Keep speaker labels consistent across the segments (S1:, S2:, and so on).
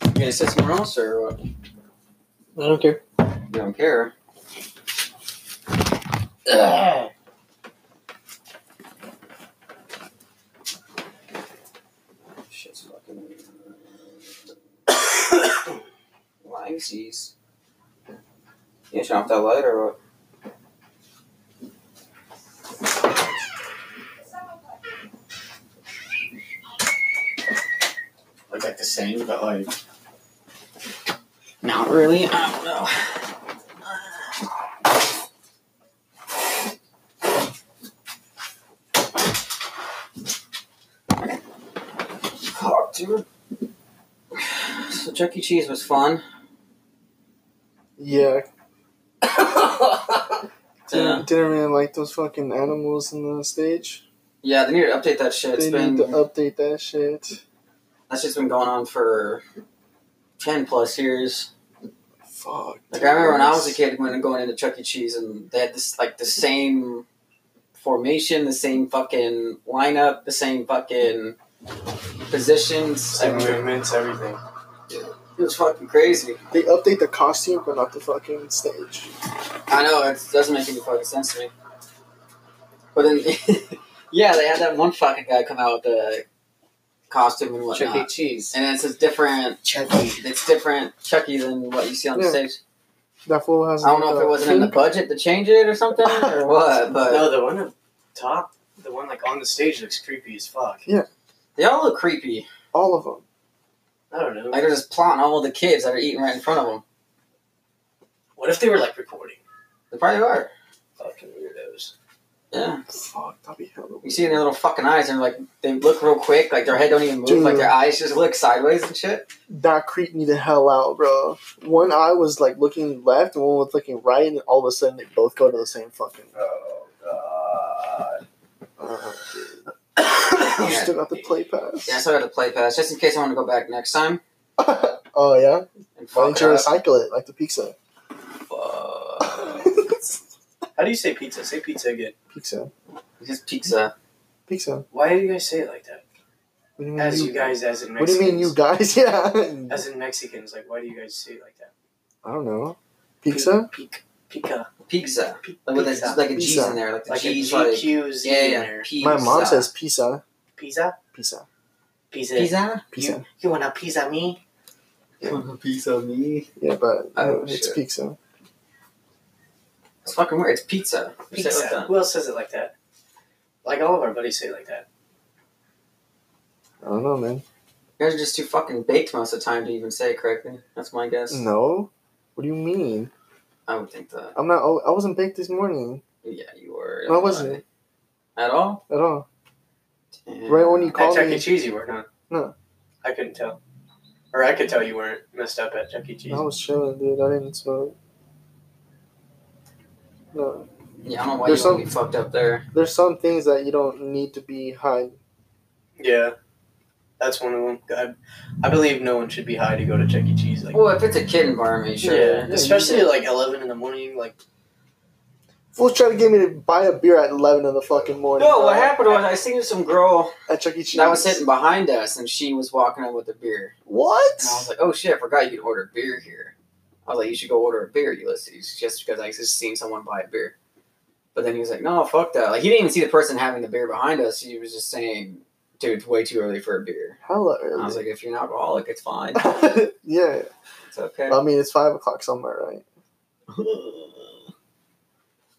S1: to sit somewhere else or what? You
S2: I don't care.
S1: don't care. Shit's fucking. Livesies. You turn off that light or what?
S3: Looks like the same, but like
S1: Not really. I don't know. Fuck, dude. So Chuck E. Cheese was fun.
S2: Yeah. Didn't,
S1: Yeah.
S2: didn't really like those fucking animals in the stage.
S1: Yeah, they need to update that shit. It's
S2: they
S1: been
S2: need to update that shit.
S1: that shit's been going on for ten plus years.
S2: Fuck.
S1: Like I remember when I was a kid, when going into Chuck E. Cheese, and they had this like the same formation, the same fucking lineup, the same fucking positions.
S3: same
S1: Like,
S3: movements, everything.
S1: It was fucking crazy.
S2: They update the costume, but not the fucking stage.
S1: I know it doesn't make any fucking sense to me. But then, yeah, they had that one fucking guy come out with the costume and whatnot,
S3: Chuck E. Cheese.
S1: and it's a different.
S3: Chucky.
S1: It's different Chucky than what you see on the
S2: Yeah.
S1: stage.
S2: That fool has.
S1: I don't know if
S2: like,
S1: it
S2: a
S1: wasn't in the
S2: pink-
S1: budget to change it or something or what, but
S3: No, the one up top, the one like on the stage looks creepy as fuck.
S1: they all look creepy.
S2: All of them.
S3: I don't know.
S1: Like they're just plotting all the kids that are eating right in front of them.
S3: what if they were like recording?
S1: They probably are.
S3: Fucking weirdos.
S1: Yeah,
S2: Fuck, that'd be hella
S1: you
S2: weird.
S1: see their little fucking eyes, and like they look real quick, like their head don't even move, like their eyes just look sideways and shit.
S2: That creeped me the hell out, bro. One eye was like looking left, and one was looking right, and all of a sudden they both go to the same fucking.
S3: Oh god.
S2: Uh,
S1: Uh-huh. Yeah.
S2: you still got the play pass.
S1: Yeah, so I got to play pass just in case I want to go back next time.
S2: oh yeah.
S1: And
S2: Why
S1: fuck
S2: didn't
S1: it
S2: you
S1: up.
S2: recycle it like the pizza?
S1: Fuck.
S3: How do you say pizza? Say pizza again.
S2: pizza.
S1: Just pizza.
S2: Pizza.
S3: Why do you guys say it like that?
S2: What do you mean?
S3: As
S2: you,
S3: Mm. you guys, as in
S2: what
S3: Mexicans.
S2: do you mean you guys? Yeah.
S3: As in Mexicans, like why do you guys say it like that?
S2: I don't know. Pizza.
S3: Pica. Pica.
S1: Pizza.
S3: Pica.
S1: Like with a, like a G's
S2: Pizza.
S1: in there, like the
S3: Like a
S1: G's, like
S3: GQ's
S1: yeah,
S3: in
S1: yeah.
S3: there.
S1: Pizza.
S2: My mom says pizza.
S3: Pizza?
S2: Pizza.
S3: Pizza.
S1: pizza.
S2: Pizza.
S3: You, you wanna pizza me?
S1: Pizza me.
S2: Yeah, but
S1: Oh,
S2: it's
S1: shit.
S2: pizza.
S1: It's fucking weird. It's pizza. You say
S3: Pizza.
S1: it like that.
S3: Who else says it like that? Like all of our buddies say it like that.
S2: I don't know, man.
S1: You guys are just too fucking baked most of the time to even say it correctly. That's my guess.
S2: No. What do you mean?
S1: I would think that.
S2: I'm not. I wasn't baked this morning
S1: Yeah, you were.
S2: No, I wasn't.
S1: At all?
S2: at all.
S1: Yeah.
S2: Right when you
S3: At
S2: called
S3: Chuck
S2: me,
S3: E. Cheese, you weren't, huh?
S2: No.
S3: I couldn't tell. Or I could tell you weren't messed up at Chuck E. Cheese.
S2: I was chilling, dude. I didn't smoke. No,
S1: Yeah, I don't know why
S2: There's
S1: you want to
S2: some-
S1: be fucked up there.
S2: there's some things that you don't need to be high.
S3: Yeah. That's one of them. I, I believe no one should be high to go to Chuck E. Cheese. Like,
S1: Well, if it's a kid environment, sure.
S3: yeah,
S1: you
S3: especially
S1: should.
S3: like eleven in the morning. Like,
S2: Fools try to get me to buy a beer at eleven in the fucking morning.
S1: No, what
S2: bro,
S1: happened was I seen some girl
S2: At Chuck E. Cheese.
S1: that was sitting behind us, and she was walking up with a beer,
S2: What?
S1: and I was like, "Oh shit, I forgot you could order beer here." I was like, "You should go order a beer, Ulysses," just because I just seen someone buy a beer. But then he was like, "No, fuck that!" Like he didn't even see the person having the beer behind us. He was just saying, "Dude, it's way too early for a beer."
S2: Hella
S1: And I was
S2: early.
S1: like, "If you're an alcoholic, it's fine.
S2: yeah.
S1: It's okay."
S2: I mean, it's five o'clock somewhere, right?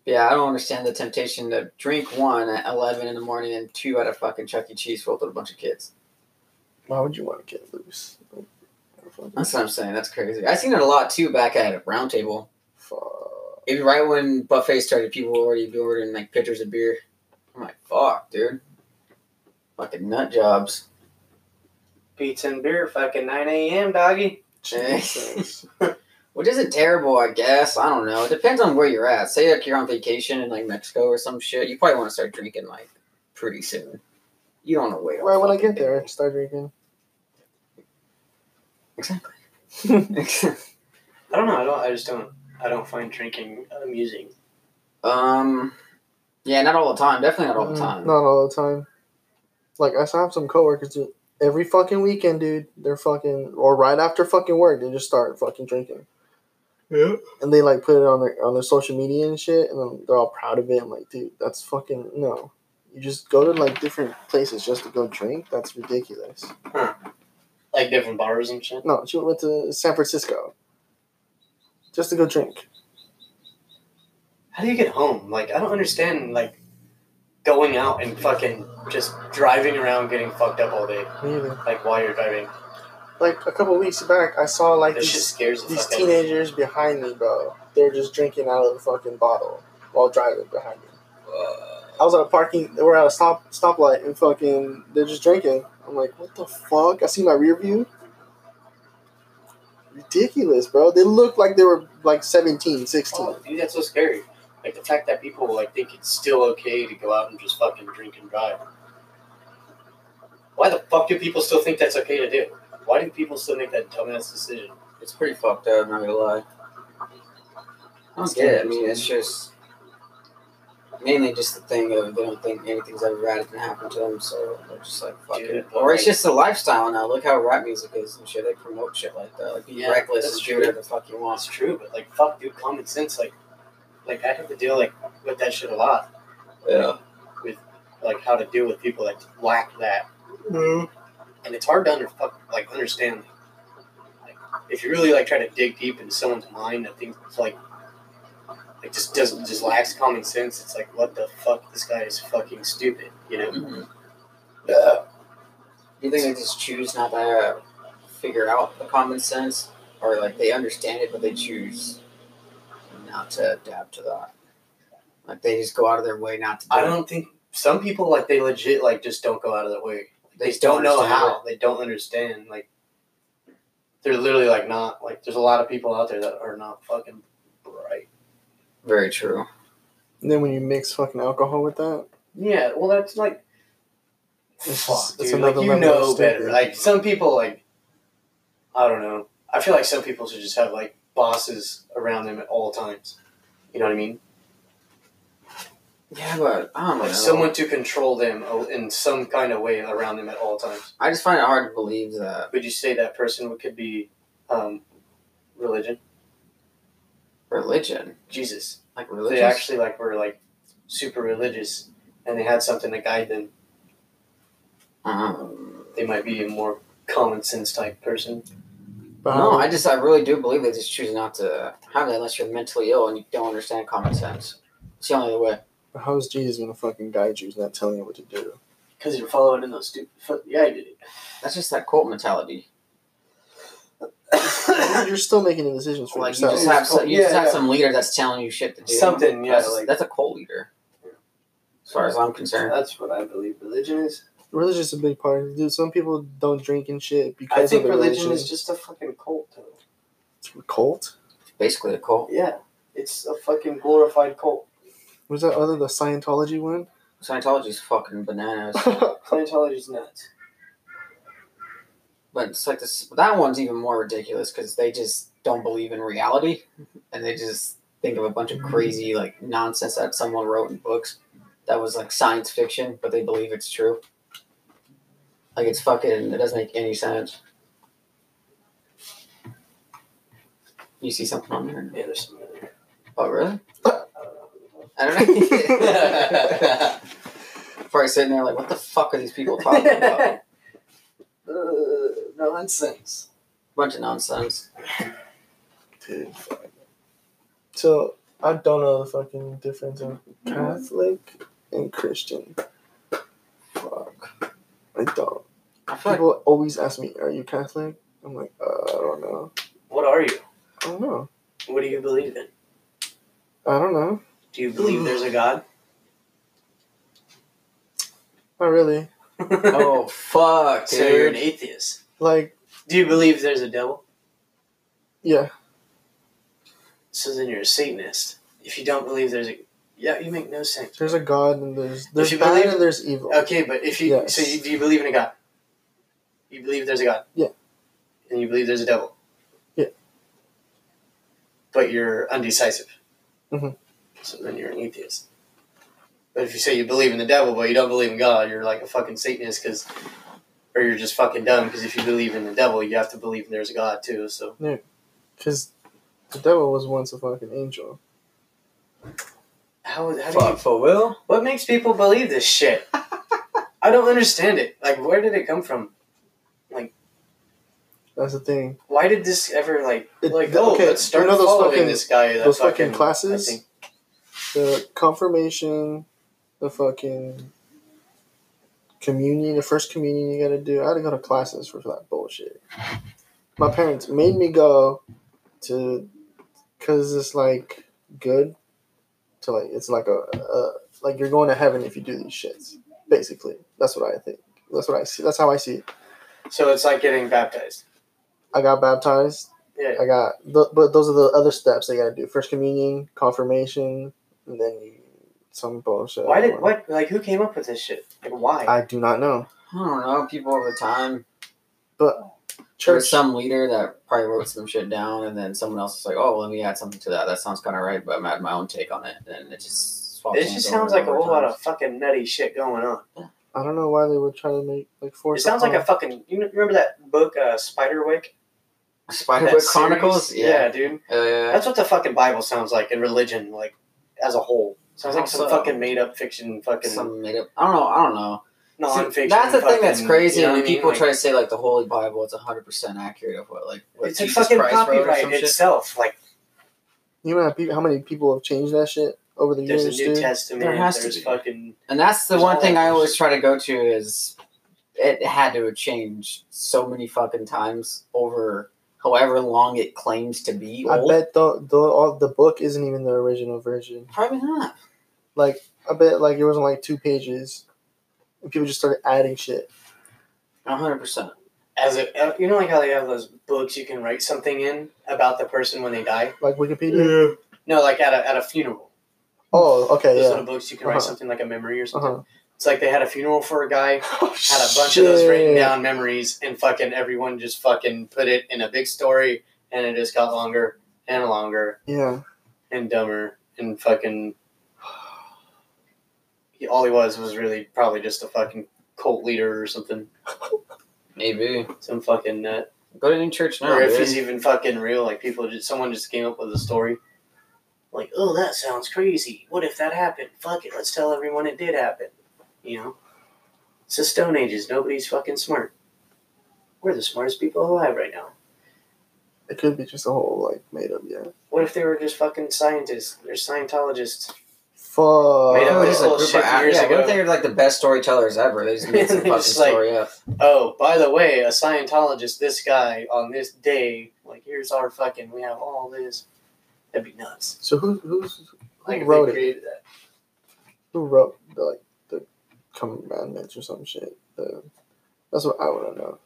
S1: yeah, I don't understand the temptation to drink one at eleven in the morning and two at a fucking Chuck E. Cheese filled with a bunch of kids.
S2: Why would you want to get loose? Like, fucking
S1: That's what I'm saying. That's crazy. I seen it a lot too back at Round Table.
S2: Fuck.
S1: Even right when buffet started, people were already ordering like pitchers of beer. I'm like, fuck, dude. Fucking nut jobs.
S3: pizza and beer, fucking nine a.m. Doggy.
S2: Jesus.
S1: Which isn't terrible, I guess. I don't know. It depends on where you're at. Say like you're on vacation in like Mexico or some shit. You probably want to start drinking like pretty soon. You don't want to wait. all
S2: right when I
S1: fucking
S2: get
S1: day.
S2: there, I start drinking.
S1: Exactly.
S3: I don't know. I don't. I just don't. I don't find drinking amusing.
S1: um, yeah, not all the time. Definitely not all the
S2: Mm,
S1: time.
S2: Not all the time. Like I still have some coworkers who every fucking weekend, dude. They're fucking or right after fucking work, they just start fucking drinking,
S1: Yeah.
S2: and they like put it on their on their social media and shit, and then they're all proud of it. I'm like, dude, that's fucking no. You just go to like different places just to go drink. That's ridiculous.
S3: Like different bars and shit.
S2: No, she went to San Francisco just to go drink.
S3: How do you get home? Like, I don't understand, like, going out and fucking just driving around getting fucked up all day.
S2: Me either.
S3: Like, while you're driving.
S2: Like a couple weeks back, I saw like
S3: That shit
S2: these
S3: scares the
S2: these
S3: fuck out of me.
S2: teenagers behind me, bro. They're just drinking out of the fucking bottle while driving behind me. I was at a parking. We're at a stop stoplight and fucking they're just drinking. I'm like, what the fuck? I see my rear view. Ridiculous, bro. They look like they were like 17, 16.
S3: Oh, dude, that's so scary. Like, the fact that people, like, think it's still okay to go out and just fucking drink and drive. Why the fuck do people still think that's okay to do? Why do people still make that dumbass decision?
S1: It's pretty fucked up, not gonna lie. I don't get it. I mean, it's just mainly just the thing of they don't think anything's ever bad can happen to them, so they're just like fuck
S3: Dude,
S1: it. Or it's
S3: like-
S1: just the lifestyle now. Look how rap music is and shit. They promote shit like that. Like be
S3: Yeah,
S1: reckless
S3: that's
S1: and do
S3: true.
S1: whatever the fuck you want.
S3: That's true, but, like, fuck, dude, common sense, like, like, I have to deal, like, with that shit a lot.
S1: Yeah.
S3: like how to deal with people that lack that, and it's hard to under fuck- like understand. Like if you really like try to dig deep into someone's mind, I think it's like like just doesn't just lacks common sense. It's like what the fuck, this guy is fucking stupid, you know?
S1: Mm-hmm. You think they just choose not to uh, figure out the common sense, or like they understand it but they choose not to adapt to that? Like they just go out of their way not to. Do
S3: I
S1: it.
S3: don't think some people like they legit like just don't go out of their way. They
S1: They
S3: just don't know
S1: understand
S3: how. They don't understand. Like they're literally like not like. There's a lot of people out there that are not fucking bright.
S1: Very true.
S2: And then when you mix fucking alcohol with that,
S3: Yeah, well, that's like.
S2: It's
S3: Fuck,
S2: just- it's
S3: dude,
S2: another
S3: like, you
S2: level of
S3: know
S2: stupid.
S3: better. Like some people, like I don't know. I feel like some people should just have like bosses around them at all times. You know what I mean?
S1: Yeah, but I don't know.
S3: Like someone to control them o- in some kind of way around them at all times.
S1: I just find it hard to believe that.
S3: Would you say that person would- could be um, religion?
S1: religion,
S3: Jesus.
S1: like
S3: If
S1: religious.
S3: They actually like were like super religious, and they had something to guide them.
S1: um,
S3: They might be a more common sense type person.
S2: but
S1: no, I just I really do believe they just choose not to have that unless you're mentally ill and you don't understand common sense. It's the only way.
S2: how is Jesus gonna fucking guide you? He's not telling you what to do.
S3: Because you're following in those stupid. Foot- yeah, I did it.
S1: That's just that cult mentality.
S2: You're- You're still making the decisions for
S1: Like you
S2: yourself.
S1: just have some, you just
S3: Yeah,
S1: have
S3: yeah.
S1: some leader that's telling you shit to do.
S3: Something, yeah,
S1: That's,
S3: like-
S1: that's a cult leader. As far as I'm concerned,
S3: That's what I believe religion is.
S2: Religion's a big part, of it, dude. Some people don't drink and shit because
S3: I think
S2: of the
S3: religion,
S2: religion.
S3: is just a fucking cult, though.
S2: just cult.
S1: it's basically a cult.
S3: Yeah, it's a fucking glorified cult.
S2: Was that other the Scientology one?
S1: Scientology's fucking bananas,
S3: Scientology's nuts.
S1: but it's like this. That one's even more ridiculous because they just don't believe in reality, and they just think of a bunch
S3: Mm-hmm.
S1: of crazy like nonsense that someone wrote in books that was like science fiction, but they believe it's true. Like it's fucking. It doesn't make any sense. You see something on there?
S3: Yeah, there's some. in there.
S1: Oh, really?
S3: I don't know.
S1: I don't know.
S3: Uh,
S1: Probably sitting there like, what the fuck are these people talking about?
S3: Uh, nonsense.
S1: Bunch of nonsense.
S2: Dude. So I don't know the fucking difference in Catholic and Christian.
S1: Fuck.
S2: I don't.
S1: I feel like
S2: People always ask me, "Are you Catholic?" I'm like, uh, I don't know.
S3: What are you?
S2: I don't know.
S3: What do you believe in?
S2: I don't know.
S3: Do you believe there's a God?
S2: Not really.
S1: oh fuck,
S3: so you're an
S1: dude.
S3: atheist.
S2: Like,
S3: Do you believe there's a devil?
S2: yeah.
S3: So then you're a Satanist. If you don't believe there's a. Yeah, you make no sense.
S2: There's a God and there's there's
S3: you
S2: bad
S3: believe-
S2: and there's evil.
S3: Okay, but if you
S2: Yes.
S3: so you, do you believe in a god? You believe there's a god.
S2: Yeah.
S3: And you believe there's a devil.
S2: Yeah.
S3: But you're undecisive.
S2: Mhm.
S3: So then you're an atheist. But if you say you believe in the devil but you don't believe in God, you're like a fucking Satanist because or you're just fucking dumb. Because if you believe in the devil, you have to believe there's a God too. So
S2: Because the devil was once a fucking angel.
S3: how, how do you
S1: Fuck for Will.
S3: What makes people believe this shit? I don't understand it. Like, where did it come from?
S2: That's the thing.
S3: Why did this ever like
S2: It-
S3: like
S2: the-
S3: oh
S2: okay,
S3: let's start
S2: you know those
S3: following
S2: fucking-
S3: this guy? that
S2: those fucking
S3: I
S2: classes?
S3: think-
S2: The confirmation, the fucking communion, the first communion you gotta do. I had to go to classes for that bullshit. My parents made me go to, cause it's like good, to like it's like a, a like you're going to heaven if you do these shits. Basically, that's what I think. That's what I see. That's how I see it.
S3: so it's like getting baptized.
S2: I got baptized.
S3: Yeah.
S2: I got, th- but those are the other steps they got to do: first communion, confirmation, and then you, some bullshit.
S3: Why did what like who came up with this shit? Like why?
S2: I do not know.
S1: I don't know. People over time. There was
S2: Church.
S1: some leader that probably wrote some shit down, and then someone else was like, "Oh, well, let me add something to that. That sounds kind of right, but I'm adding my own take on it." And it just
S3: it just sounds like a whole lot of fucking nutty shit going on.
S2: I don't know why they would try to make like force.
S3: It sounds like a
S2: upon-
S3: fucking. You kn- remember that book, uh, Spiderwick? That
S1: Spiderwick
S3: series?
S1: Chronicles.
S3: Yeah,
S1: Yeah,
S3: dude.
S1: Uh,
S3: That's what the fucking Bible sounds like in religion, like as a whole. Sounds like some
S1: Also-
S3: fucking made up fiction, fucking
S1: some made up. I don't know. I don't know.
S3: nonfiction.
S1: See, that's the thing that's
S3: fucking-
S1: crazy.
S3: you know
S1: when
S3: what I mean?
S1: people
S3: Like,
S1: try to say like the Holy Bible, it's hundred percent accurate of what like what
S3: it's
S1: Jesus
S3: a fucking
S1: Christ wrote or some
S3: copyright
S1: shit.
S3: itself. Like
S2: You know how, peop how many people have changed that shit over the
S3: there's a
S2: years,
S3: New
S2: dude.
S3: Testament.
S1: There has to
S3: there's
S1: be.
S3: fucking
S1: And that's the
S3: There's
S1: one
S3: all
S1: thing
S3: that
S1: I
S3: shit.
S1: always try to go to is it had to have changed so many fucking times over however long it claims to be
S2: I
S1: old.
S2: bet the the all the book isn't even the original version.
S1: Probably not.
S2: Like I bet like it was on like two pages, and people just started adding shit.
S1: hundred percent.
S3: as a uh, you know like how they have those books you can write something in about the person when they die.
S2: Like Wikipedia.
S3: No, like at a at a funeral.
S2: Oh, okay,
S3: Those
S2: yeah.
S3: little books you can write
S2: Uh-huh.
S3: something like a memory or something.
S2: Uh-huh.
S3: It's like they had a funeral for a guy had a bunch
S2: Shit.
S3: of those written down memories, and fucking everyone just fucking put it in a big story, and it just got longer and longer
S2: Yeah.
S3: and dumber, and fucking. He, all he was was really probably just a fucking cult leader or something,
S1: Maybe.
S3: some fucking nut.
S1: Go to any church
S2: Oh,
S1: now.
S3: or if
S1: dude.
S3: he's uh, even fucking real, like people just someone just came up with a story. Like, oh, that sounds crazy. What if that happened? Fuck it, let's tell everyone it did happen. You know, it's the Stone Ages. Nobody's fucking smart. We're the smartest people alive right now.
S2: It could be just a whole like made up, yeah.
S3: What if they were just fucking scientists or Scientologists?
S2: Fuck.
S3: Made
S1: Oh,
S3: up
S1: just
S3: this
S1: a
S3: little
S1: group of
S3: shit
S1: act-
S3: years
S1: yeah, what
S3: ago.
S1: if they're like the best storytellers ever? They just made some
S3: They
S1: fucking
S3: just, like-
S1: story up.
S3: Oh, by the way, a Scientologist, this guy on this day, like here's our fucking, we have all this. That'd be nuts.
S2: So who who's
S3: Like
S2: who
S3: if
S2: wrote
S3: they
S2: it?
S3: created that.
S2: Who wrote the, like the commandments or some shit? The, that's what I want to know.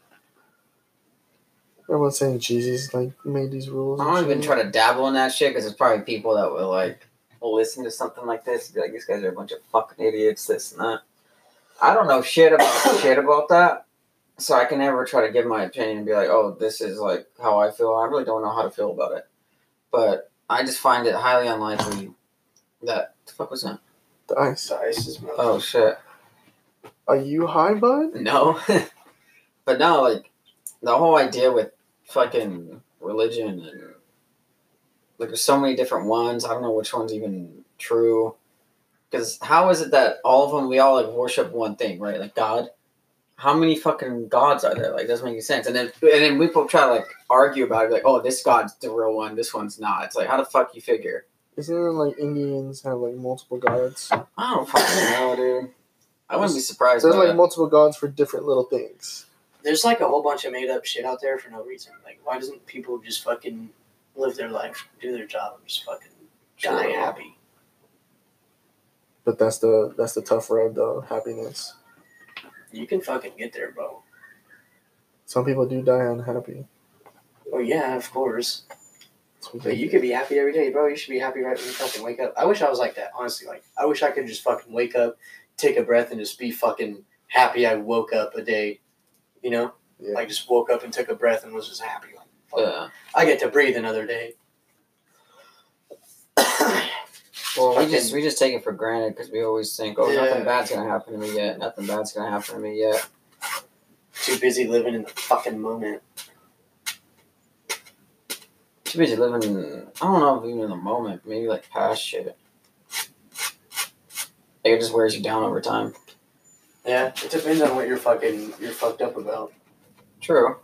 S2: Everyone's saying Jesus like made these rules.
S1: I
S2: and
S1: don't even
S2: shit.
S1: try to dabble in that shit because there's probably people that will like will listen to something like this and be like, "These guys are a bunch of fucking idiots," this and that. I don't know shit about shit about that, so I can never try to give my opinion and be like, "Oh, this is like how I feel." I really don't know how to feel about it, but I just find it highly unlikely that the fuck was that?
S2: the ice.
S3: So it's just-
S1: Oh shit,
S2: Are you high, bud?
S1: no, but no, like the whole idea with fucking religion and like there's so many different ones. I don't know which one's even true. Because how is it that all of them we all like worship one thing, right? Like God. How many fucking gods are there? Like doesn't make any sense. And then and then people try to like argue about it, like, oh, this god's the real one, this one's not. It's like how the fuck you figure?
S2: Isn't it like Indians have like multiple gods?
S1: I don't fucking know, dude. I wouldn't be surprised.
S2: There's
S1: by
S2: like
S1: that.
S2: multiple gods for different little things.
S3: There's like a whole bunch of made up shit out there for no reason. Like, why doesn't people just fucking live their life, do their job, and just fucking die
S1: Sure.
S3: happy?
S2: But that's the that's the tough road though. Happiness.
S3: You can fucking get there, bro.
S2: Some people do die unhappy.
S3: Well, yeah, of course.
S2: It's what
S3: But
S2: they
S3: you
S2: do.
S3: could be happy every day, bro. You should be happy right when you fucking wake up. I wish I was like that, honestly. Like, I wish I could just fucking wake up, take a breath, and just be fucking happy I woke up a day. You know?
S2: Yeah.
S3: Like, just woke up and took a breath and was just happy. Like, fuck,
S1: Yeah.
S3: I get to breathe another day.
S1: Well, we
S3: Fucking-
S1: just we just take it for granted because we always think, oh,
S3: Yeah.
S1: nothing bad's gonna happen to me yet. Nothing bad's gonna happen to me yet.
S3: Too busy living in the fucking moment.
S1: Too busy living. in- I don't know if even in the moment. Maybe like past shit. Like it just wears you down over time.
S3: Yeah, it depends on what you're fucking you're fucked up about.
S1: True.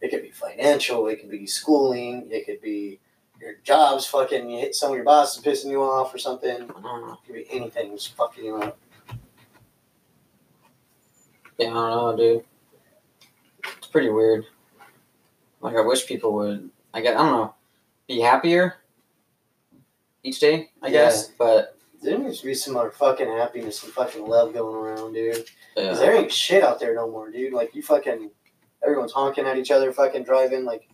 S3: It could be financial. It could be schooling. It could be your job's fucking. You hit some of your boss is pissing you off or something. It
S1: I don't know.
S3: could be anything that's fucking you up.
S1: Yeah, I don't know, dude. It's pretty weird. Like I wish people would. I guess I don't know. Be happier. Each day, I
S3: Yeah.
S1: guess. But
S3: There needs to be some other fucking happiness and fucking love going around, dude.
S1: yeah.
S3: Cause there ain't shit out there no more, dude. Like you fucking, everyone's honking at each other, fucking driving. Like,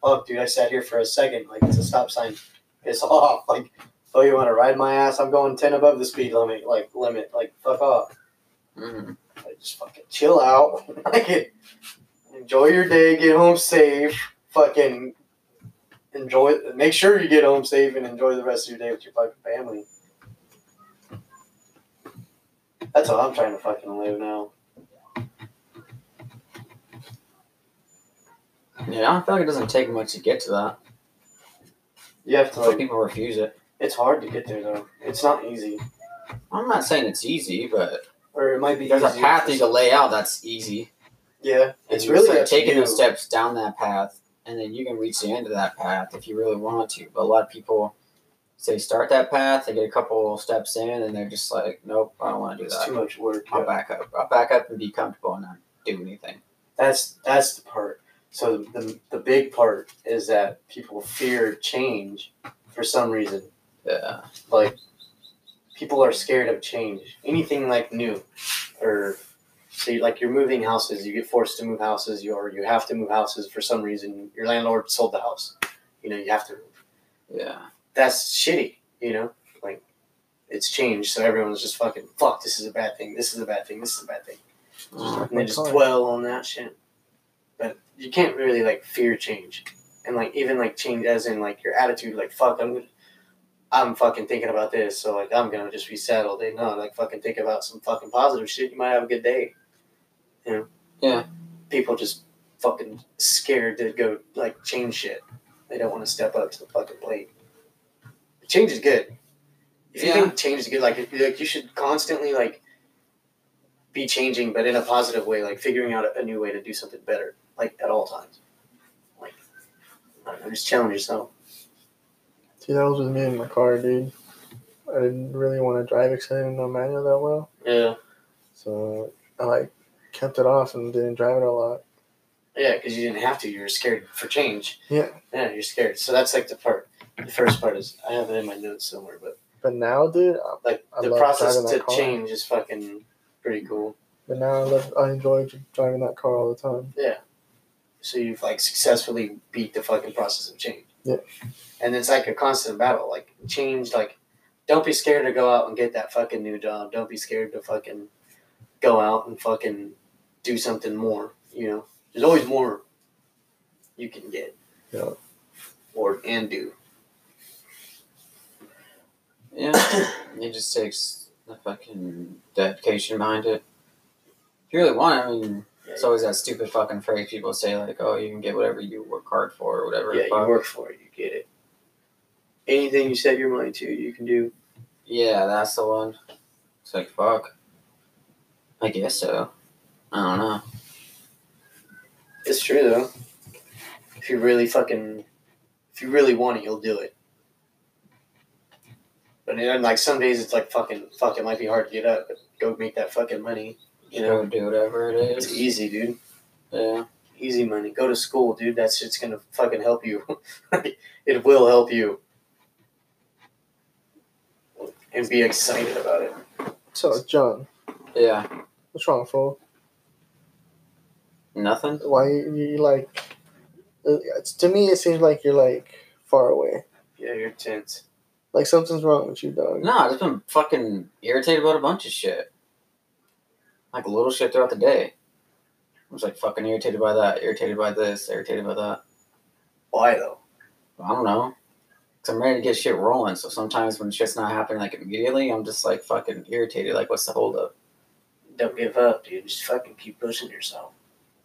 S3: fuck, dude, I sat here for a second. Like it's a stop sign. Piss off. Like, oh, you want to ride my ass? I'm going ten above the speed limit. Like limit. Like fuck off.
S1: Mhm.
S3: Like, just fucking chill out. like, enjoy your day. Get home safe. Fucking enjoy. Make sure you get home safe and enjoy the rest of your day with your fucking family. That's how I'm trying to fucking live now.
S1: yeah, I feel like it doesn't take much to get to that.
S3: You have to
S1: But
S3: like
S1: people refuse it.
S3: It's hard to get there though. It's not easy,
S1: I'm not saying it's easy, but
S3: or it might be.
S1: there's a
S3: easier
S1: path
S3: for
S1: that you
S3: some-
S1: can lay out that's easy.
S3: Yeah,
S1: And
S3: it's
S1: you
S3: really
S1: start
S3: up to
S1: taking
S3: you.
S1: those steps down that path, and then you can reach the end of that path if you really want to. But a lot of people say start that path, they get a couple steps in, and they're just like, nope, I don't want to do
S3: It's
S1: that.
S3: too much work.
S1: I'll
S3: yeah.
S1: back up. I'll back up and be comfortable and not do anything.
S3: That's that's the part. So the the big part is that people fear change for some reason.
S1: Yeah,
S3: Like people are scared of change, anything like new, or so you, like you're moving houses, you get forced to move houses, you or you have to move houses for some reason. Your landlord sold the house, you know you have to
S1: yeah,
S3: that's shitty, you know? Like, it's changed, so everyone's just fucking, fuck, this is a bad thing, this is a bad thing, this is a bad thing.
S1: Mm,
S3: And they just dwell on that shit. But you can't really, like, fear change. And, like, even, like, change as in, like, your attitude, like, fuck, I'm gonna, I'm fucking thinking about this, so, like, I'm gonna just be sad all day. No, like, fucking think about some fucking positive shit, you might have a good day. You know?
S1: Yeah.
S3: People just fucking scared to go, like, change shit. They don't want to step up to the fucking plate. Change is good. If you
S1: Yeah.
S3: think change is good, like, if- like you should constantly like be changing, but in a positive way, like figuring out a new way to do something better, like at all times. Like, I don't know, just challenge yourself.
S2: Dude, that was with me in my car, dude. I didn't really want to drive because I didn't know manual that well.
S3: Yeah,
S2: So I like kept it off and didn't drive it a lot.
S3: yeah, because you didn't have to. You're scared for change.
S2: Yeah.
S3: yeah, you're scared. So that's like the part. The first part is I have it in my notes somewhere, but
S2: But now, dude, I-
S3: like
S2: I
S3: the
S2: love
S3: process
S2: driving that
S3: to
S2: car.
S3: change is fucking pretty cool.
S2: but now I love, I enjoy dri- driving that car all the time.
S3: so you've like successfully beat the fucking process of change.
S2: Yeah.
S3: And it's like a constant battle. Like change, like don't be scared to go out and get that fucking new job. Don't be scared to fucking go out and fucking do something more. You know, there's always more you can get.
S2: Yeah.
S3: Or and do.
S1: yeah. it just takes the fucking dedication behind it. If you really want, it, I mean, it's always that stupid fucking phrase people say like, oh, you can get whatever you work hard for or whatever.
S3: yeah,
S1: the
S3: you
S1: fuck.
S3: work for it. You get it. Anything you set your mind to, you can do.
S1: Yeah, that's the one. It's like fuck. I guess so. I don't know.
S3: It's true though. If you really fucking, if you really want it, you'll do it. But then, like some days, it's like fucking, fuck. It might be hard to get up, but go make that fucking money. You
S1: You
S3: know,
S1: know, do whatever it
S3: it's
S1: is.
S3: easy, dude.
S1: Yeah.
S3: Easy money. Go to school, dude. That shit's gonna fucking help you. it will help you. And be excited about it.
S2: So, John,
S1: Yeah.
S2: what's wrong, fool?
S1: Nothing.
S2: Why you, you like? uh, It's, to me, it seems like you're like far away.
S3: Yeah, you're tense.
S2: Like something's wrong with you, dog.
S1: No, I've just been fucking irritated about a bunch of shit. Like little shit throughout the day. I was like fucking irritated by that, irritated by this, irritated by that.
S3: Why though?
S1: I don't know. Cause I'm ready to get shit rolling. So sometimes when shit's not happening like immediately, I'm just like fucking irritated. Like, what's the holdup?
S3: Don't give up, dude. Just fucking keep pushing yourself.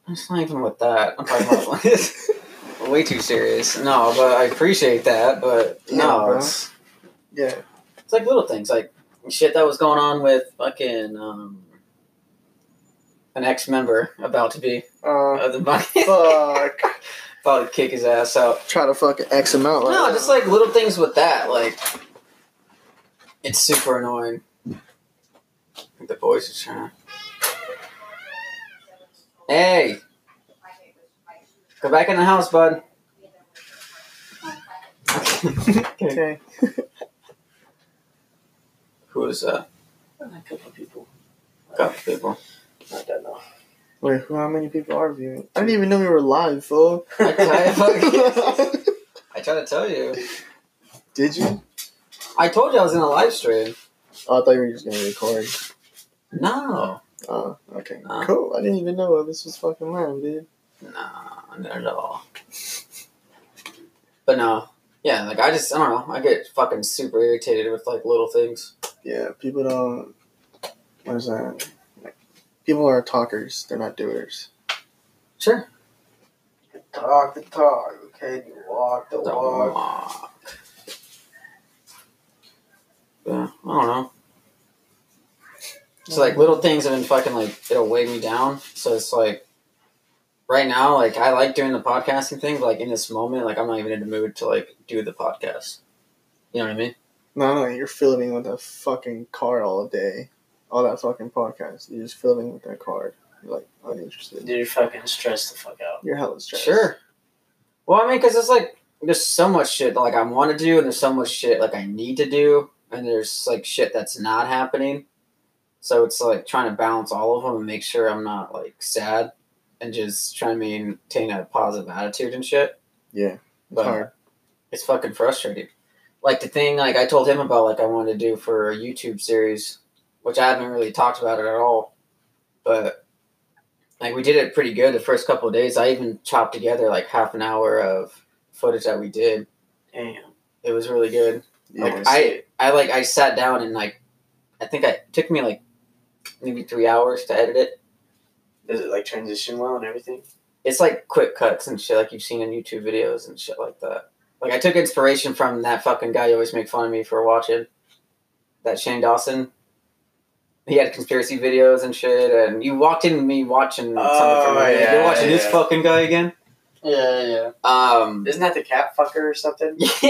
S1: It's not even with that. I'm talking about it's way too serious. No, but I appreciate that. But
S2: Yeah,
S1: no,
S2: bro.
S1: it's,
S2: Yeah.
S1: it's like little things, like shit that was going on with fucking um, an ex-member about to be
S2: Uh,
S1: of the Buccaneers.
S2: fuck.
S1: about to kick his ass out.
S2: Try to fucking X him out.
S1: No, just like little things with that. Like it's super annoying. I think the boys are trying. Hey, go back in the house, bud. Okay.
S2: Okay.
S1: Who was uh?
S3: A couple people.
S1: Couple people.
S3: I don't know.
S2: Wait, who- how many people are viewing? I didn't even know we were live, fool.
S1: I fucking- I tried to tell you.
S2: Did you?
S1: I told you I was in a live stream.
S2: Oh, I thought you were just gonna record.
S1: No,
S2: Oh, okay.
S1: Nah.
S2: Cool. I didn't even know this was fucking live, dude.
S1: no, not at all. But no, yeah, like I just I don't know. I get fucking super irritated with like little things.
S2: Yeah, people don't. What is that? People are talkers. They're not doers.
S1: Sure.
S2: Talk the talk, okay? You walk the
S1: Don't mock. Yeah, I don't know. So like little things have been fucking like it'll weigh me down. So it's like right now, like I like doing the podcasting thing, but like in this moment, like I'm not even in the mood to like do the podcast. You know what I mean?
S2: No, no, you're fielding with that fucking card all day. All that fucking podcast. You're just fielding with that card. You're like uninterested.
S3: Dude, fucking stress the fuck out.
S2: You're hella stressed.
S1: Sure. Well, I mean, because it's like there's so much shit that, like I want to do, and there's so much shit like I need to do, and there's like shit that's not happening. So it's like trying to balance all of them and make sure I'm not like sad, and just trying to maintain a positive attitude and shit.
S2: Yeah. It's
S1: But
S2: hard.
S1: it's fucking frustrating. Like the thing, like I told him about, like I wanted to do for a YouTube series, which I haven't really talked about it at all. But like we did it pretty good the first couple of days. I even chopped together like half an hour of footage that we did.
S3: Damn.
S1: It was really good.
S2: Yeah.
S1: Like I, I like I sat down and like, I think I it took me like maybe three hours to edit it.
S3: Does it like transition well and everything?
S1: It's like quick cuts and shit, like you've seen in YouTube videos and shit like that. Like I took inspiration from that fucking guy you always make fun of me for watching, that Shane Dawson. He had conspiracy videos and shit, and you walked in me watching
S3: Oh,
S1: something from
S3: yeah,
S1: You're watching this
S3: yeah.
S1: fucking guy again.
S3: Yeah, yeah.
S1: Um,
S3: Isn't that the cat fucker or something?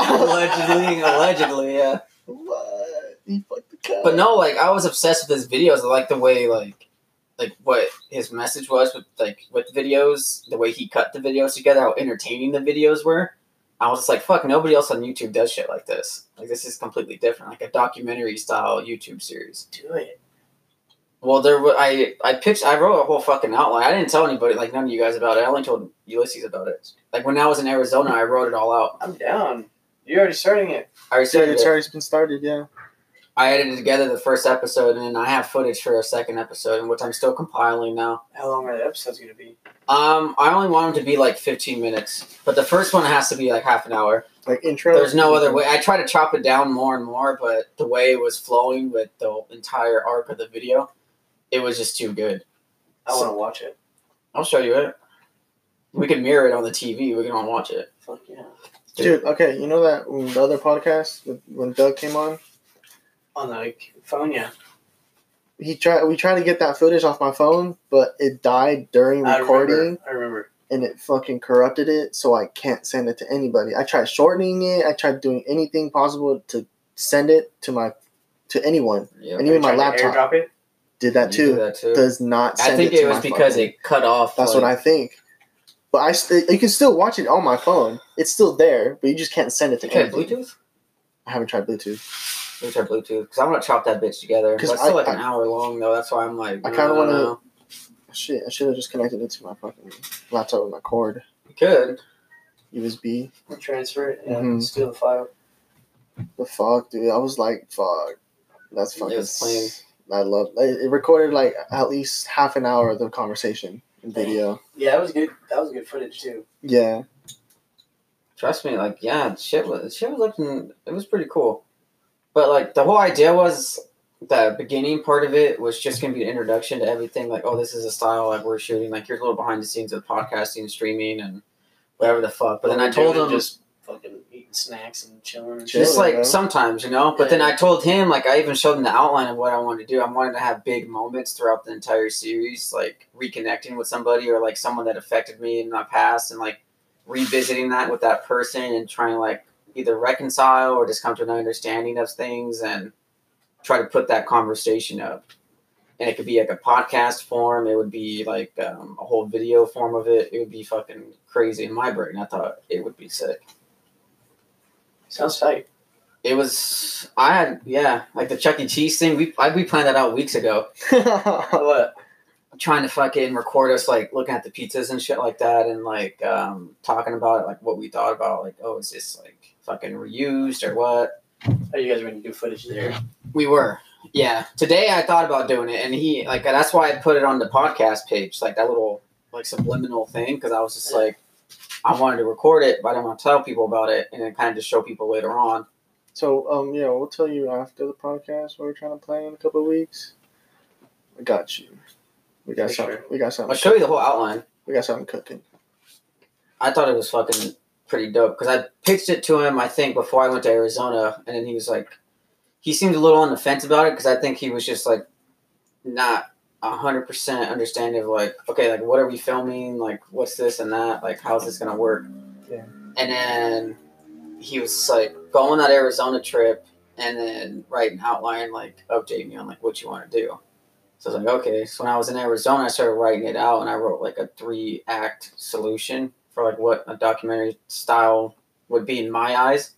S1: allegedly, allegedly, yeah.
S2: What? You fucked the cat.
S1: But no, like I was obsessed with his videos. I like the way like like what his message was with like with the videos, the way he cut the videos together, how entertaining the videos were. I was just like, fuck, nobody else on YouTube does shit like this. Like this is completely different, like a documentary style YouTube series.
S3: Do it.
S1: Well, there wa- I I pitched I wrote a whole fucking outline. I didn't tell anybody, like none of you guys about it. I only told Ulysses about it. Like when I was in Arizona, I wrote it all out.
S3: I'm down. You're already starting it.
S1: I
S2: Yeah,
S1: received
S2: the
S1: it.
S2: chart's been started, yeah.
S1: I edited together the first episode, and then I have footage for a second episode, which I'm still compiling now.
S3: How long are the episodes gonna be?
S1: Um, I only want them to be like 15 minutes, but the first one has to be like half an hour.
S2: Like intro.
S1: There's no other way. I try to chop it down more and more, but the way it was flowing with the entire arc of the video, it was just too good.
S3: I want to watch it.
S1: I'll show you it. We can mirror it on the TV. We can all watch it.
S3: Fuck yeah.
S2: Dude, okay, you know that when the other podcast when- when Doug came on,
S3: On the like, phone, yeah.
S2: he tried we tried to get that footage off my phone, but it died during
S3: I
S2: recording
S3: remember. I remember.
S2: and it fucking corrupted it, so I can't send it to anybody. I tried shortening it, I tried doing anything possible to send it to my to anyone.
S1: Yeah,
S2: And even my
S3: Tried to
S2: laptop
S3: airdrop it.
S2: did
S1: you do
S2: that too.
S1: That too.
S2: Does not send
S1: I think
S2: it, to
S1: it was
S2: my
S1: because
S2: fucking-
S1: it cut off.
S2: That's what I think. But I st- you can still watch it on my phone. It's still there, but you just can't send it to
S1: Okay,
S2: anybody.
S1: Bluetooth.
S2: I haven't tried Bluetooth.
S1: Let me try Bluetooth because I want to chop that bitch together.
S2: 'Cause
S1: But it's still
S2: I-
S1: like an hour long though. That's why I'm like,
S2: I kinda
S1: no, no,
S2: wanna-
S1: no.
S2: Shit, I should have just connected it to my fucking laptop with my cord.
S1: You could.
S2: USB.
S3: We'll transfer it. Yeah.
S2: Mhm.
S3: Steal the file.
S2: The fuck, dude. I was like, fuck. That's fucking.
S1: It was plain.
S2: I love. It it recorded like at least half an hour of the conversation in video.
S3: Yeah, that was good. That was good footage too.
S2: Yeah,
S1: Trust me, like yeah, shit was shit was looking. It was pretty cool, but like the whole idea was the beginning part of it was just going to be an introduction to everything. Like, oh, this is a style like we're shooting. Like, here's a little behind the scenes of podcasting, streaming, and whatever the fuck. But then I
S3: We're
S1: told
S3: doing
S1: him
S3: just fucking eating snacks and chilling and shit.
S1: just
S2: Chilling,
S1: like
S2: bro.
S1: sometimes, you know. But then I told him, like, I even showed him the outline of what I wanted to do. I wanted to have big moments throughout the entire series, like reconnecting with somebody or like someone that affected me in my past, and like revisiting that with that person and trying to like either reconcile or just come to an understanding of things and try to put that conversation up. And it could be like a podcast form. It would be like um, a whole video form of it. It would be fucking crazy in my brain. I thought it would be sick
S3: sounds tight.
S1: it was I had yeah like the Chuck E. Cheese thing. We I, we planned that out weeks ago.
S3: What?
S1: Trying to fucking record us like looking at the pizzas and shit like that, and like um, talking about it, like what we thought about, like oh is this like fucking reused or what?
S3: Are you guys going to do footage there?
S1: We were yeah. Today I thought about doing it, and he like that's why I put it on the podcast page, like that little like subliminal thing, because I was just like I wanted to record it, but I didn't want to tell people about it, and then kind of just show people later on.
S2: so um, yeah, we'll tell you after the podcast what we're trying to plan in a couple of weeks. I got you. We got
S3: For
S2: something.
S3: sure.
S2: We got
S1: I'll
S2: something.
S1: show you the whole outline.
S2: We got something cooking.
S1: I thought it was fucking pretty dope because I pitched it to him, I think, before I went to Arizona, and then he was like, he seemed a little on the fence about it because I think he was just like not hundred percent understanding of like, okay, like what are we filming? Like what's this and that? Like how's this gonna work?
S2: Yeah.
S1: And then he was like, go on that Arizona trip and then write an outline, like update me on like what you want to do. So I was like, okay. So when I was in Arizona, I started writing it out, and I wrote like a three act solution for like what a documentary style would be in my eyes.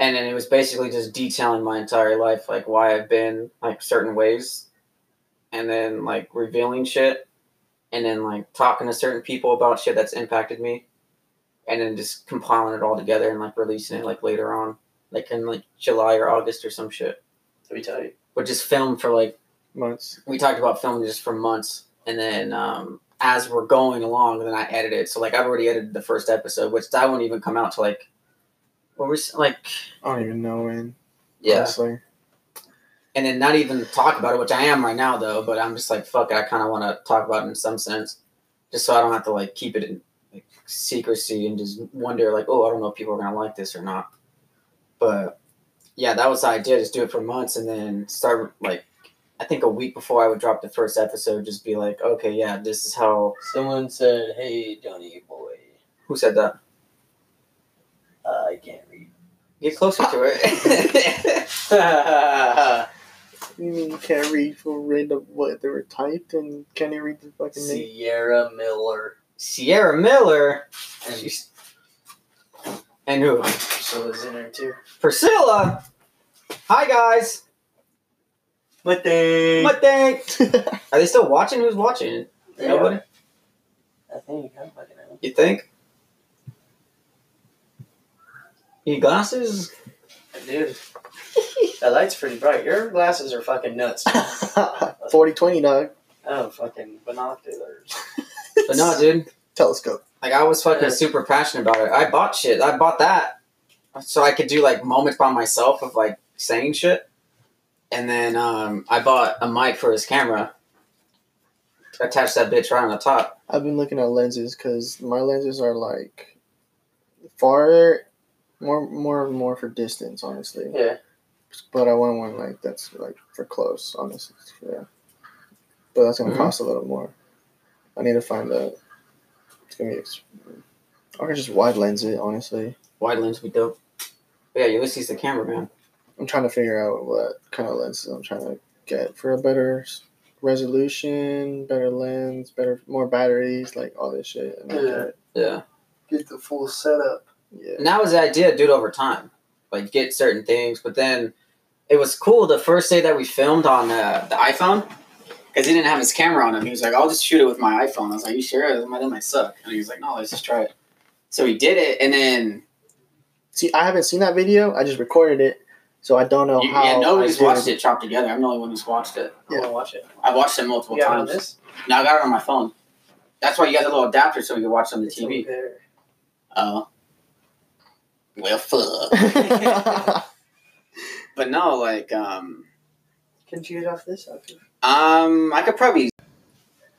S1: And then it was basically just detailing my entire life, like why I've been like certain ways, and then like revealing shit, and then like talking to certain people about shit that's impacted me, and then just compiling it all together and like releasing it like later on, like in like July or August or some shit.
S3: Let me tell you.
S1: But just filmed for like
S2: Months.
S1: we talked about filming this for months and then um, as we're going along then i edit it so like i've already edited the first episode which that won't even come out to like what was like
S2: I don't even know when.
S1: yeah
S2: Honestly.
S1: and then not even talk about it which i am right now though but i'm just like fuck it i kind of want to talk about it in some sense just so i don't have to like keep it in like secrecy and just wonder like oh i don't know if people are gonna like this or not but yeah that was the idea just do it for months and then start like i think a week before i would drop the first episode just be like okay yeah this is how
S4: Someone said, "Hey, Johnny boy,
S1: who said that
S4: uh, I can't read."
S1: get closer to it
S2: You mean you can't read for read of what they were typed and can you read the fucking name?
S4: Sierra Miller.
S1: sierra miller
S4: And
S1: She's- and who
S3: so it's in there too.
S1: priscilla hi guys
S4: what they?
S1: what day Are they still watching? Who's watching?
S4: Yeah.
S1: Nobody.
S4: I think I'm fucking out.
S1: You think? You need glasses?
S3: Dude, that light's pretty bright. Your glasses are fucking nuts.
S2: 40 20 dog
S3: Oh, fucking binoculars.
S1: But no, dude.
S2: telescope.
S1: Like I was fucking
S3: Yeah.
S1: super passionate about it. I bought shit. I bought that so I could do like moments by myself of like saying shit. And then um, I bought a mic for his camera. Attached that bitch right on the top.
S2: I've been looking at lenses because my lenses are like farther, more more and more for distance, honestly.
S3: Yeah.
S2: But I want one like that's like for close, honestly. Yeah. But that's gonna
S1: Mhm.
S2: cost a little more. I need to find a. It's gonna be. Ex- I can just wide lens it, honestly.
S1: Wide lens would be dope. But yeah, Ulysses the cameraman.
S2: I'm trying to figure out what kind of lenses I'm trying to get for a better s- resolution, better lens, better more batteries, like all this shit. And I'll get it.
S1: Yeah.
S3: Get the full setup.
S2: Yeah.
S1: And that was the idea, do it over time, like get certain things. But then it was cool the first day that we filmed on uh, the iPhone because he didn't have his camera on him. He was like, "I'll just shoot it with my iPhone." I was like, "You sure? My that might suck." And he was like, "No, let's just try it." So he did it, and then
S2: See, I haven't seen that video. I just recorded it, so I don't know
S1: you,
S2: how.
S1: yeah, nobody's
S2: I did.
S1: watched it chopped together. I'm the only one who's watched it.
S3: I want to watch it.
S1: I've watched it multiple
S3: You got it on
S1: times.
S3: this?
S1: Now I got it on my phone. That's why you got the little adapter so we can watch it on the
S3: It's
S1: TV.
S3: over there.
S1: Oh. well, fuck. but no, like, um,
S5: can choose off this option.
S1: Um, I could probably.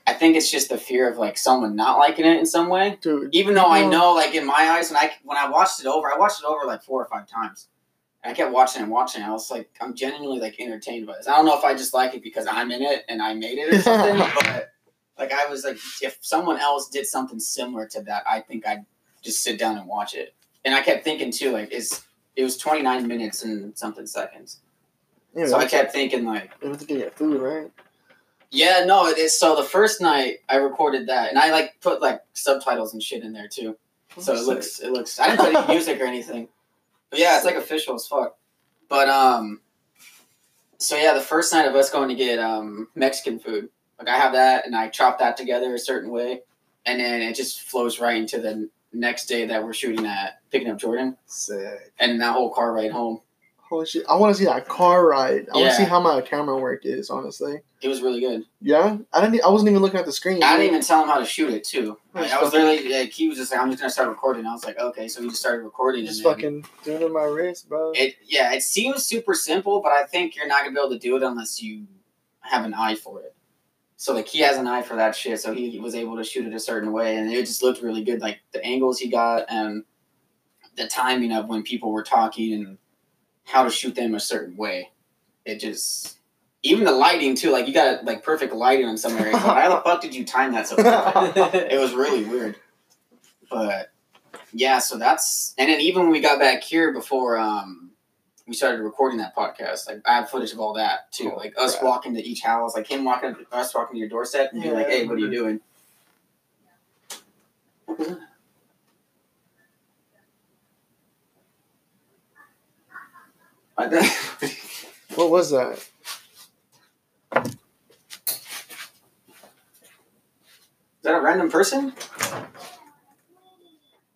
S1: I think it's just the fear of like someone not liking it in some way.
S2: Dude,
S1: Even though I
S2: No.
S1: know, like in my eyes, when I when I watched it over, I watched it over like four or five times, and I kept watching and watching. I was like, I'm genuinely like entertained by this. I don't know if I just like it because I'm in it and I made it or something, but like I was like, if someone else did something similar to that, I think I'd just sit down and watch it. And I kept thinking too, like, is it was 29 minutes and something seconds,
S2: you know,
S1: so I kept thinking like.
S2: you have to get your food, right?
S1: Yeah, no, it is. So the first night I recorded that, and I like put like subtitles and shit in there too. So it looks, it looks. I didn't put any music or anything. But yeah, it's like official as fuck. But um, so yeah, the first night of us going to get um Mexican food, like I have that, and I chop that together a certain way, and then it just flows right into the next day that we're shooting at picking up Jordan,
S2: Sick.
S1: and that whole car ride home.
S2: Holy shit. I want to see that car ride. I want
S1: Yeah.
S2: to see how my camera work is, honestly.
S1: It was really good.
S2: Yeah? I didn't. e, I wasn't even looking at the screen.
S1: I didn't even tell him how to shoot it too. Like,
S2: Just
S1: I was
S2: fucking-
S1: literally like he was just like I'm just gonna start recording. I was like okay, so he just started recording.
S2: Just
S1: and then
S2: fucking doing it in my wrist, bro.
S1: It yeah, it seems super simple, but I think you're not gonna be able to do it unless you have an eye for it. So like he has an eye for that shit, so he was able to shoot it a certain way, and it just looked really good. Like the angles he got and the timing of when people were talking and how to shoot them a certain way. It just even the lighting too. Like you got like perfect lighting on some areas. Like, how the fuck did you time that so perfect? it was really weird. But yeah, so that's and then even when we got back here before um we started recording that podcast, like I have footage of all that too.
S2: Oh,
S1: like us
S2: crap.
S1: walking to each house, like him walking up to us walking to your doorstep and being
S5: Yeah,
S1: like,
S5: I
S1: Hey, what are you doing? I don't-
S2: What was that?
S1: Is that a random person?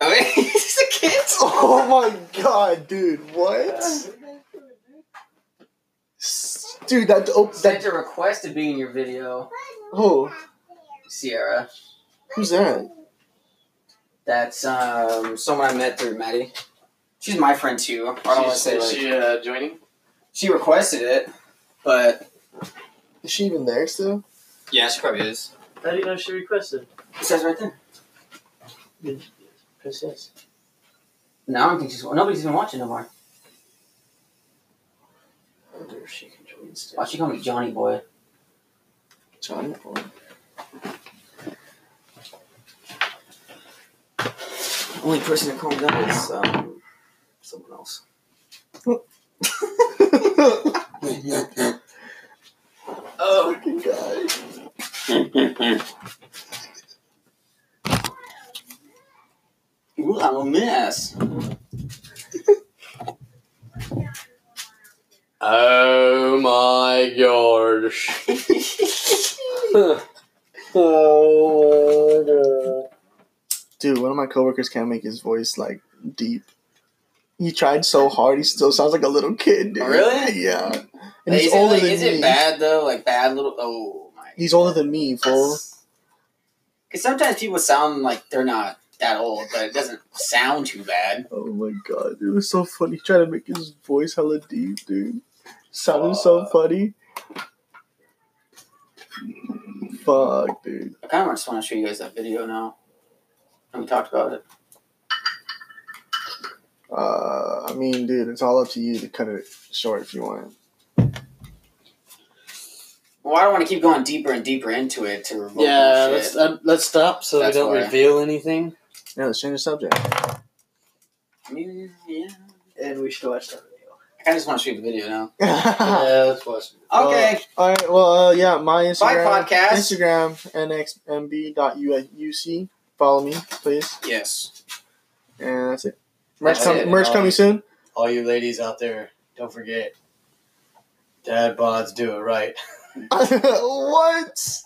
S1: Oh, it's a kid.
S2: Oh my god, dude. What? S- Dude, that. Oh, that
S4: Sent a request to be in your video,
S2: oh,
S4: Sierra.
S2: who's that?
S1: That's um someone I met through Maddie. She's my friend too. I don't want to say
S3: is
S1: like
S3: she uh, joining?
S1: she requested it, but
S2: Is she even there still?
S1: yeah, she probably is.
S5: How do you know she requested?
S1: It says right there.
S5: Press yes.
S1: No, I don't think she's. Nobody's even watching no more.
S5: I wonder if she can join still.
S1: Why she call me Johnny Boy?
S2: Johnny Boy.
S1: Only person that called that is um someone else.
S2: oh, my god.
S1: Ooh, I'm a mess.
S3: Oh my gosh.
S2: Oh, dude, one of my coworkers can't make his voice like deep. He tried so hard; he still sounds like a little kid. Dude.
S1: Really?
S2: Yeah. And
S1: Like,
S2: he's
S1: is it,
S2: older
S1: like,
S2: than
S1: is
S2: me.
S1: it bad though? Like bad little. Oh my.
S2: He's older than me, fool.
S1: Because sometimes people sound like they're not that old, but it doesn't sound too bad.
S2: Oh my god, dude, it was so funny. He tried to make his voice hella deep, dude. Sounded so funny. Fuck, dude.
S1: I kind of just want to show you guys that video now. And we talked about it.
S2: Uh, I mean, dude, it's all up to you to cut it short if you want.
S1: Well, I don't want to keep going deeper and deeper into it to revoke
S3: Yeah,
S1: your
S3: let's
S1: shit.
S3: uh, let's stop so
S1: That's
S3: we don't
S1: why.
S3: reveal anything.
S2: Yeah, let's change the subject.
S1: I mean, yeah.
S5: And we should watch that
S3: E.
S5: video.
S1: I kind of just want to shoot the video now.
S3: yeah, let's watch.
S1: Okay.
S2: All right. Well, uh, yeah, my Instagram,
S1: podcast.
S2: Instagram, nxmb.uc. Follow me, please.
S1: yes.
S2: And that's it. Merch,
S3: That's
S2: com-
S3: it.
S2: merch
S3: Um,
S2: coming soon.
S3: All you ladies out there, don't forget, dad bods do it right.
S2: Uh, what?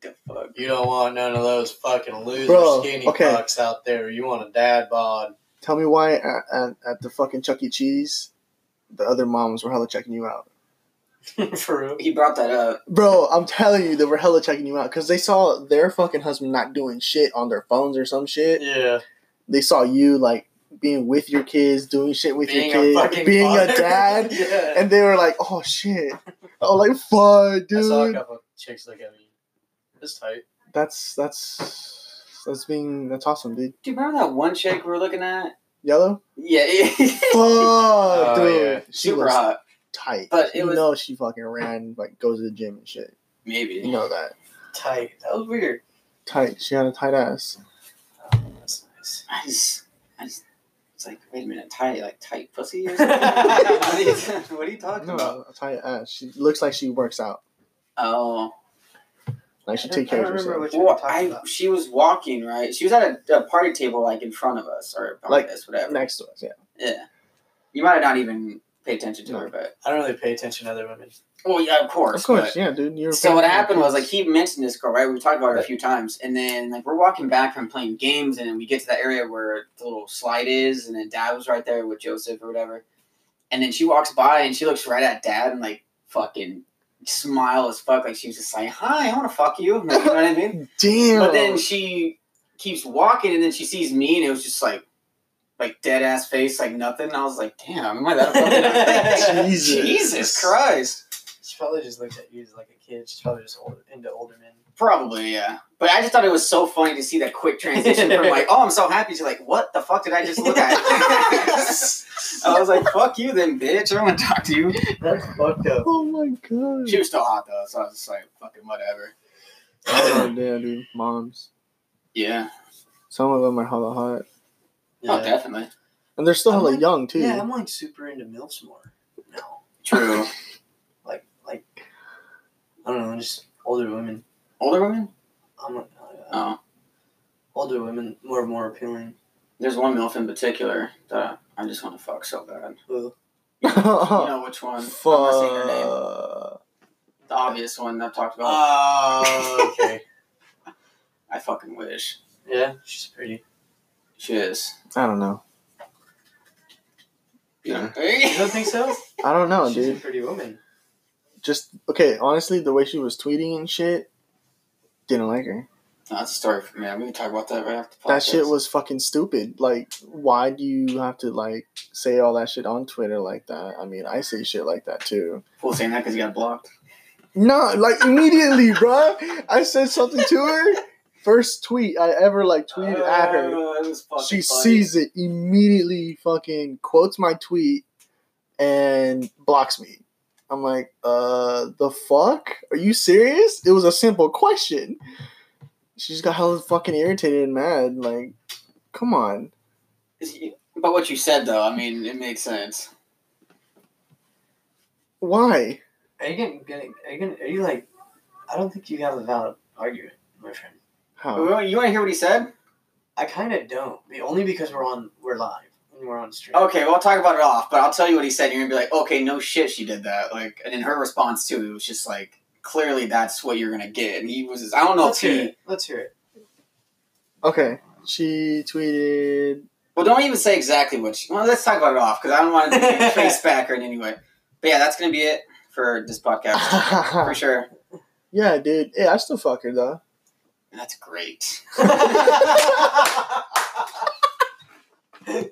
S1: The fuck?
S3: You don't want none of those fucking loser
S2: Bro,
S3: skinny
S2: okay.
S3: fucks out there. You want a dad bod?
S2: Tell me why at, at, at the fucking Chuck E. Cheese, the other moms were hella checking you out.
S3: For real?
S1: He brought that up.
S2: Bro, I'm telling you, they were hella checking you out because they saw their fucking husband not doing shit on their phones or some shit.
S3: Yeah.
S2: They saw you like being with your kids, doing shit with
S1: Being a
S2: your
S1: fucking
S2: kids, being
S1: father.
S2: a dad,
S3: yeah.
S2: and they were like, "Oh shit!" Oh, like fuck,
S3: I saw a
S2: dude.
S3: couple of chicks look at me. It's tight.
S2: That's that's that's being that's awesome, dude.
S1: Do you remember that one chick we were looking at?
S2: Yellow,
S1: Yeah,
S2: fuck,
S3: Oh,
S2: dude.
S3: yeah.
S2: She
S1: super
S2: was
S1: hot.
S2: tight.
S1: But it
S2: you
S1: was-
S2: know she fucking ran, like goes to the gym and shit.
S1: Maybe
S2: You know that
S1: tight. That was weird.
S2: tight. She had a tight ass.
S1: Oh, that's nice. I just, I just, it's like wait a minute, tight, like tight pussy or something. what, are you, what are you talking about?
S2: No, a tight ass. She looks like she works out.
S1: Oh,
S2: Like she
S5: I
S2: take
S5: don't- I
S2: care of
S5: don't remember
S2: herself.
S5: what you were
S1: well,
S5: talking
S1: I
S5: about.
S1: she was walking right. She was at a, a party table like in front of us or
S2: Like,
S1: like us, whatever.
S2: Next to us, yeah.
S1: Yeah, you might have not even paid attention to
S2: No.
S1: her, but
S3: I don't really pay attention to other women.
S1: well, yeah, of course,
S2: Of course,
S1: but-
S2: yeah, dude. You're
S1: So what
S2: fucking-
S1: happened was like he mentioned this girl, right? We talked about her a few times, and then like we're walking back from playing games, and then we get to that area where the little slide is, and then Dad was right there with Joseph or whatever, and then she walks by and she looks right at Dad and like fucking smile as fuck, like she was just like, "Hi, I want to fuck you," like, you know what I mean?
S2: Damn.
S1: But then she keeps walking, and then she sees me, and it was just like, like dead ass face, like nothing. And I was like, "Damn, am I that fucking
S2: Jesus.
S1: Jesus Christ?"
S5: She probably just looked at you as like a kid. She's probably just old, into older men.
S1: Probably, yeah. But I just thought it was so funny to see that quick transition from like, oh, I'm so happy to like, what the fuck did I just look at? I was like, fuck you then, bitch. I don't want to talk to you.
S5: That's fucked up.
S2: Oh my god.
S1: She was still hot though, so I was just like, fucking whatever.
S2: oh damn, dude. Moms.
S1: Yeah.
S2: Some of them are hella hot,
S1: Oh, definitely.
S2: and they're still
S5: I'm
S1: Uh-huh.
S2: hella
S5: like-
S2: young too.
S5: Yeah, I'm like super into milfs more. No,
S1: True.
S5: I don't know, just older women.
S1: Older women?
S5: I'm like, uh,
S1: Oh.
S5: older women more more appealing.
S1: There's one MILF in particular that I just want to fuck so bad.
S5: Who?
S1: You know which one? I'm not saying her name.
S2: Fuck.
S1: The obvious one that I've talked about.
S3: Oh, okay.
S1: I fucking wish.
S5: Yeah, she's pretty.
S1: She is.
S2: I don't know.
S1: Yeah.
S5: You don't think so?
S2: I don't know,
S5: she's
S2: dude.
S5: a pretty woman.
S2: Just okay. Honestly, the way she was tweeting and shit, didn't like her.
S1: That's a story for me. We can talk about that right after the
S2: That
S1: podcast.
S2: shit was fucking stupid. Like, why do you have to like say all that shit on Twitter like that? I mean, I say shit like that too.
S1: Fool saying that because he got blocked.
S2: No, like immediately, bruh. I said something to her. First tweet I ever like tweeted at her.
S5: Oh,
S1: Uh, it was fucking
S2: she
S1: funny.
S2: sees it immediately fucking quotes my tweet and blocks me i'm like uh the fuck are you serious it was a simple question she just got hella fucking irritated and mad like come on
S1: But what you said, though, I mean, it makes sense.
S2: why
S5: Are you gonna, gonna are you gonna are you like? I don't think you have a valid argument, my friend.
S2: how
S1: You want to hear what he said?
S5: I kind of don't. I mean, only because we're on we're live and we're on stream.
S1: Okay, well, I'll talk about it off, but I'll tell you what he said. And you're gonna be like, okay, no shit, she did that. Like, and in her response too, it was just like, clearly that's what you're gonna get. And he was, I don't know
S5: Let's
S1: if
S5: hear
S1: he.
S5: it. Let's hear it.
S2: okay she tweeted
S1: Well, don't even say exactly what she. Well, let's talk about it off because I don't want to be face back or in any way. But yeah, that's gonna be it for this podcast for sure.
S2: yeah dude yeah i still fuck her though
S1: That's great.